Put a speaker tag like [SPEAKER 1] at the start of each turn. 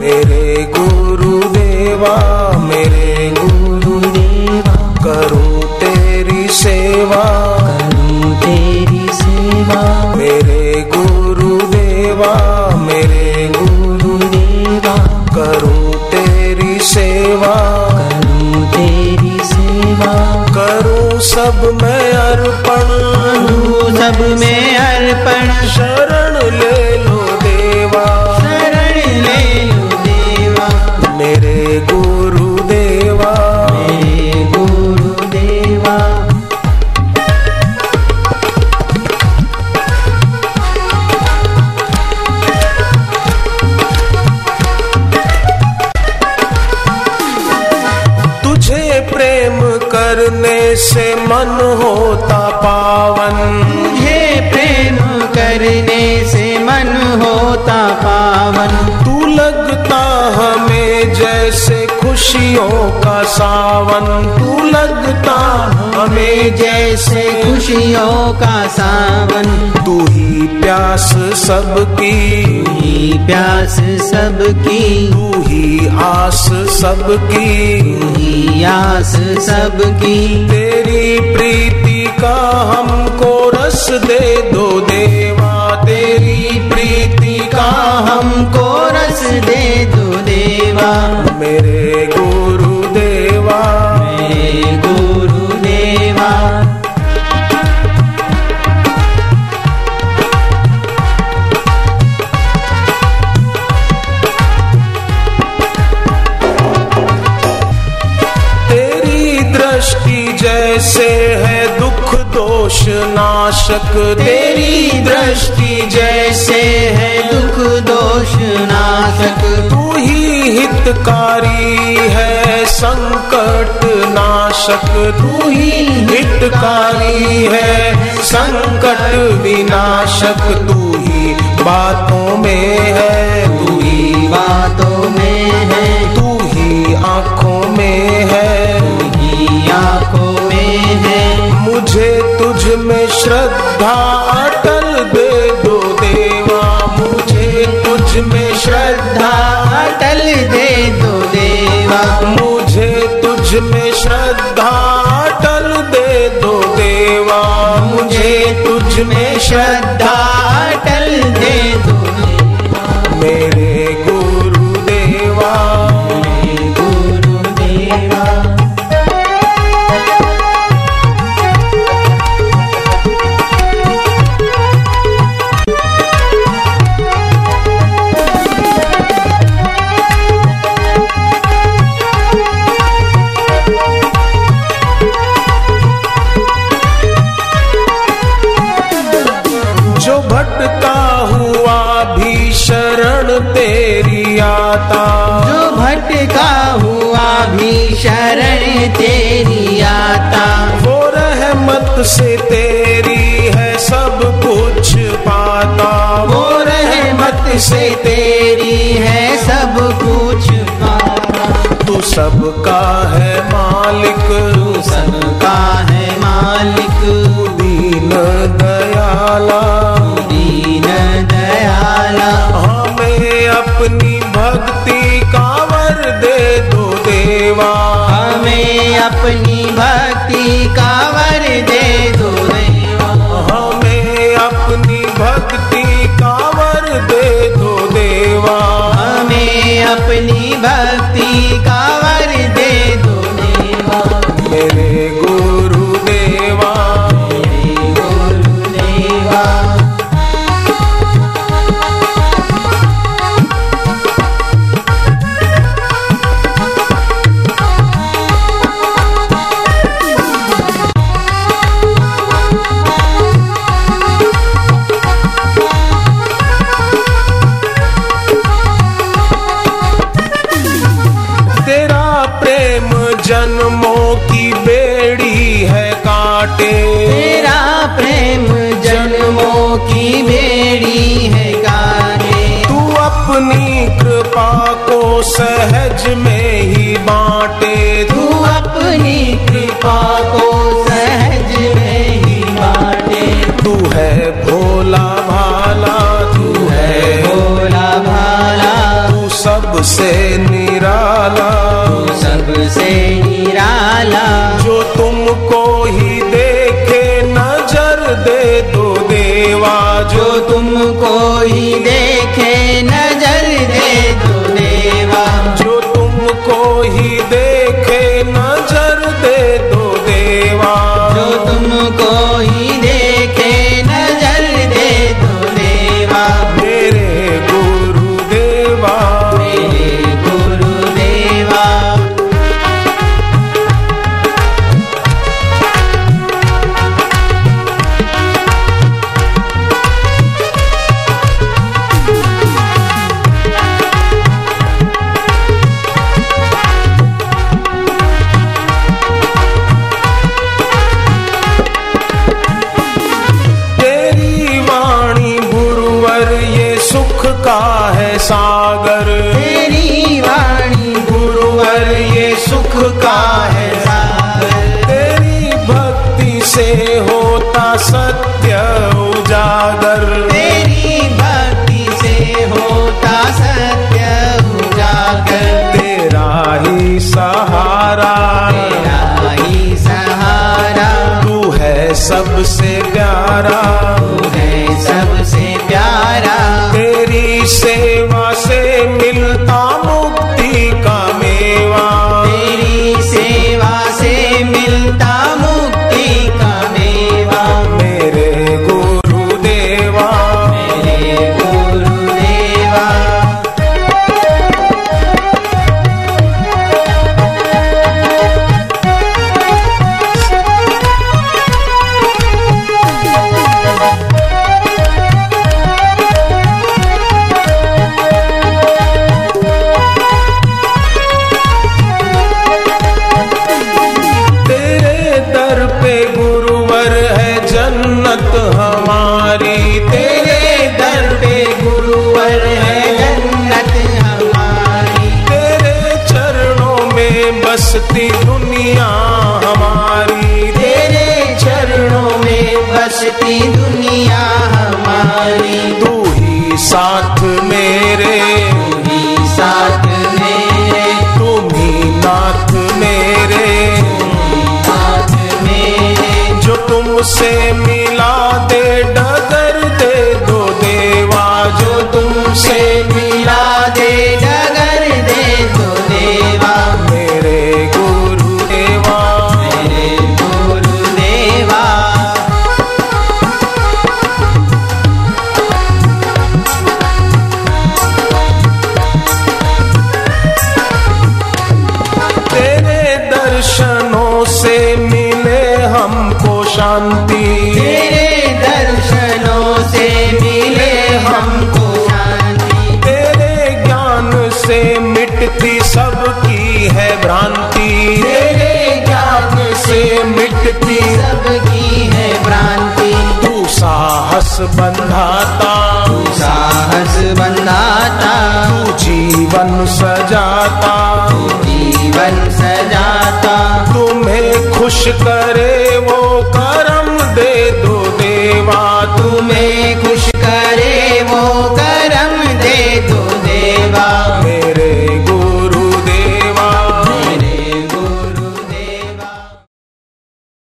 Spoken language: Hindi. [SPEAKER 1] मेरे गुरुदेवा मेरे गुरुदेवा करूं तेरी सेवा
[SPEAKER 2] करूं तेरी सेवा
[SPEAKER 1] मेरे गुरुदेवा मेरे गुरुदेवा करूं तेरी सेवा
[SPEAKER 2] करूं तेरी सेवा
[SPEAKER 1] करूं सब मैं अर्पण
[SPEAKER 2] तू सब में अर्पण
[SPEAKER 1] शरण ले लो देवा
[SPEAKER 2] शरण ले लो देवा
[SPEAKER 1] मेरे गुरुदेवा
[SPEAKER 2] मेरे गुरुदेवा
[SPEAKER 1] तुझे प्रेम करने से मन होता पावन
[SPEAKER 2] मुझे प्रेम करने से मन होता पावन
[SPEAKER 1] तू लगता हमें जैसे खुशियों का सावन तू लगता हमें
[SPEAKER 2] जैसे खुशियों का सावन
[SPEAKER 1] तू ही प्यास सबकी
[SPEAKER 2] ही प्यास सबकी
[SPEAKER 1] तू ही आस सबकी
[SPEAKER 2] ही आस सबकी
[SPEAKER 1] तेरी प्रीति का हमको रस दे दो देवा तेरी प्रीति का हम
[SPEAKER 2] हमको रस दे दो देवा
[SPEAKER 1] मेरे गुरुदेवा
[SPEAKER 2] हे गुरुदेवा
[SPEAKER 1] तेरी दृष्टि जैसे है दुख दोष नाशक तेरी
[SPEAKER 2] तेरी दृष्टि जैसे है दुख दोष नाशक
[SPEAKER 1] तू ही हितकारी है संकट नाशक तू ही हितकारी है संकट विनाशक तू ही बातों में है तू ही
[SPEAKER 2] ही बातों में है
[SPEAKER 1] तू ही आंखों में है
[SPEAKER 2] ही आंखों में है
[SPEAKER 1] मुझे तुझ में श्रद्धा अटल दे दो देवा मुझे तुझ में श्रद्धा
[SPEAKER 2] श्रद्धा अटल दे दो
[SPEAKER 1] मुझे तुझ में श्रद्धा अटल दे
[SPEAKER 2] देवा
[SPEAKER 1] दो देवा मुझे
[SPEAKER 2] मुझे तुझ में श्रद्धा अटल दे दो देवा
[SPEAKER 1] मेरे गुरुदेवा
[SPEAKER 2] हे गुरुदेवा
[SPEAKER 1] जो भटका हुआ भी शरण तेरी आता
[SPEAKER 2] जो भटका हुआ भी शरण तेरी आता
[SPEAKER 1] वो रहमत से तेरी है सब कुछ पाता
[SPEAKER 2] वो रहमत से तेरी है सब कुछ पाता
[SPEAKER 1] तू सबका है मालिक तू
[SPEAKER 2] तू सबका है मालिक
[SPEAKER 1] दीन दयाला
[SPEAKER 2] दीन दयाला
[SPEAKER 1] हमें अपनी भक्ति का वर दे दो देवा
[SPEAKER 2] हमें अपनी भक्ति का वर दे दो देवा
[SPEAKER 1] हमें अपनी भक्ति का वर दे दो देवा
[SPEAKER 2] हमें अपनी भक्ति का वर दे दो देवा
[SPEAKER 1] मेरे गुरुदेवा
[SPEAKER 2] हे गुरुदेवा
[SPEAKER 1] तेरा प्रेम जन्मों की बेड़ी है काटे
[SPEAKER 2] तेरा प्रेम जन्मों की बेड़ी है काटे
[SPEAKER 1] तू अपनी कृपा को सहज में ही बांटे
[SPEAKER 2] तू अपनी कृपा को सहज में ही बाटे
[SPEAKER 1] तू है भोला भाला तू
[SPEAKER 2] तू है
[SPEAKER 1] है
[SPEAKER 2] भोला भाला
[SPEAKER 1] तू सब सबसे निराला
[SPEAKER 2] सबसे निराला
[SPEAKER 1] जो तुमको ही देखे नजर दे दो देवा
[SPEAKER 2] जो
[SPEAKER 1] जो
[SPEAKER 2] तुमको ही देखे नजर दे दो देवा
[SPEAKER 1] जो तुमको ही देखे नजर दे दो देवा
[SPEAKER 2] जो तुमको ही देखे नजर दे दो देवा
[SPEAKER 1] मेरे गुरु देवा
[SPEAKER 2] मेरे गुरु देवा
[SPEAKER 1] तेरी वाणी गुरुवर ये सुख का है सागर
[SPEAKER 2] तेरी वाणी गुरुवर ये सुख का है सागर
[SPEAKER 1] तेरी भक्ति से होता सत्य उजागर
[SPEAKER 2] तेरी भक्ति से होता सत्य उजागर
[SPEAKER 1] तेरा ही सहारा
[SPEAKER 2] तेरा ही सहारा
[SPEAKER 1] तू है सबसे प्यारा
[SPEAKER 2] तू है सबसे प्यारा
[SPEAKER 1] तेरी सेवा से मिलता मुक्ति का मेवा
[SPEAKER 2] तेरी सेवा से मिलता मुक्ति का मेवा
[SPEAKER 1] मेरे गुरु देवा
[SPEAKER 2] मेरे गुरुदेवा
[SPEAKER 1] तेरे दर पे गुरुवर है जन्नत हमारी तेरे
[SPEAKER 2] तेरे दर पे गुरुवर है जन्नत हमारी
[SPEAKER 1] तेरे चरणों में बसती दुनिया हमारी
[SPEAKER 2] तेरे चरणों में बसती दुनिया हमारी
[SPEAKER 1] तू ही साथ मेरे
[SPEAKER 2] तू ही साथ मेरे
[SPEAKER 1] तुम ही नाथ मेरे
[SPEAKER 2] साथ मेरे
[SPEAKER 1] जो तुमसे मिला दे डगर दे दो देवा जो
[SPEAKER 2] जो तुमसे मिला दे डगर दे दो देवा
[SPEAKER 1] मेरे गुरु देवा
[SPEAKER 2] मेरे गुरुदेवा
[SPEAKER 1] तेरे दर्शनों से मिले हमको शांति
[SPEAKER 2] तेरे दर्शनों से मिले हमको शांति
[SPEAKER 1] तेरे ज्ञान से मिटती सबकी है भ्रांति
[SPEAKER 2] तेरे ज्ञान से मिटती सबकी है भ्रांति
[SPEAKER 1] तू साहस बंधाता
[SPEAKER 2] तू साहस बंधाता
[SPEAKER 1] तू जीवन सजाता
[SPEAKER 2] तू जीवन सजाता
[SPEAKER 1] तुम्हें खुश करे वो करम दे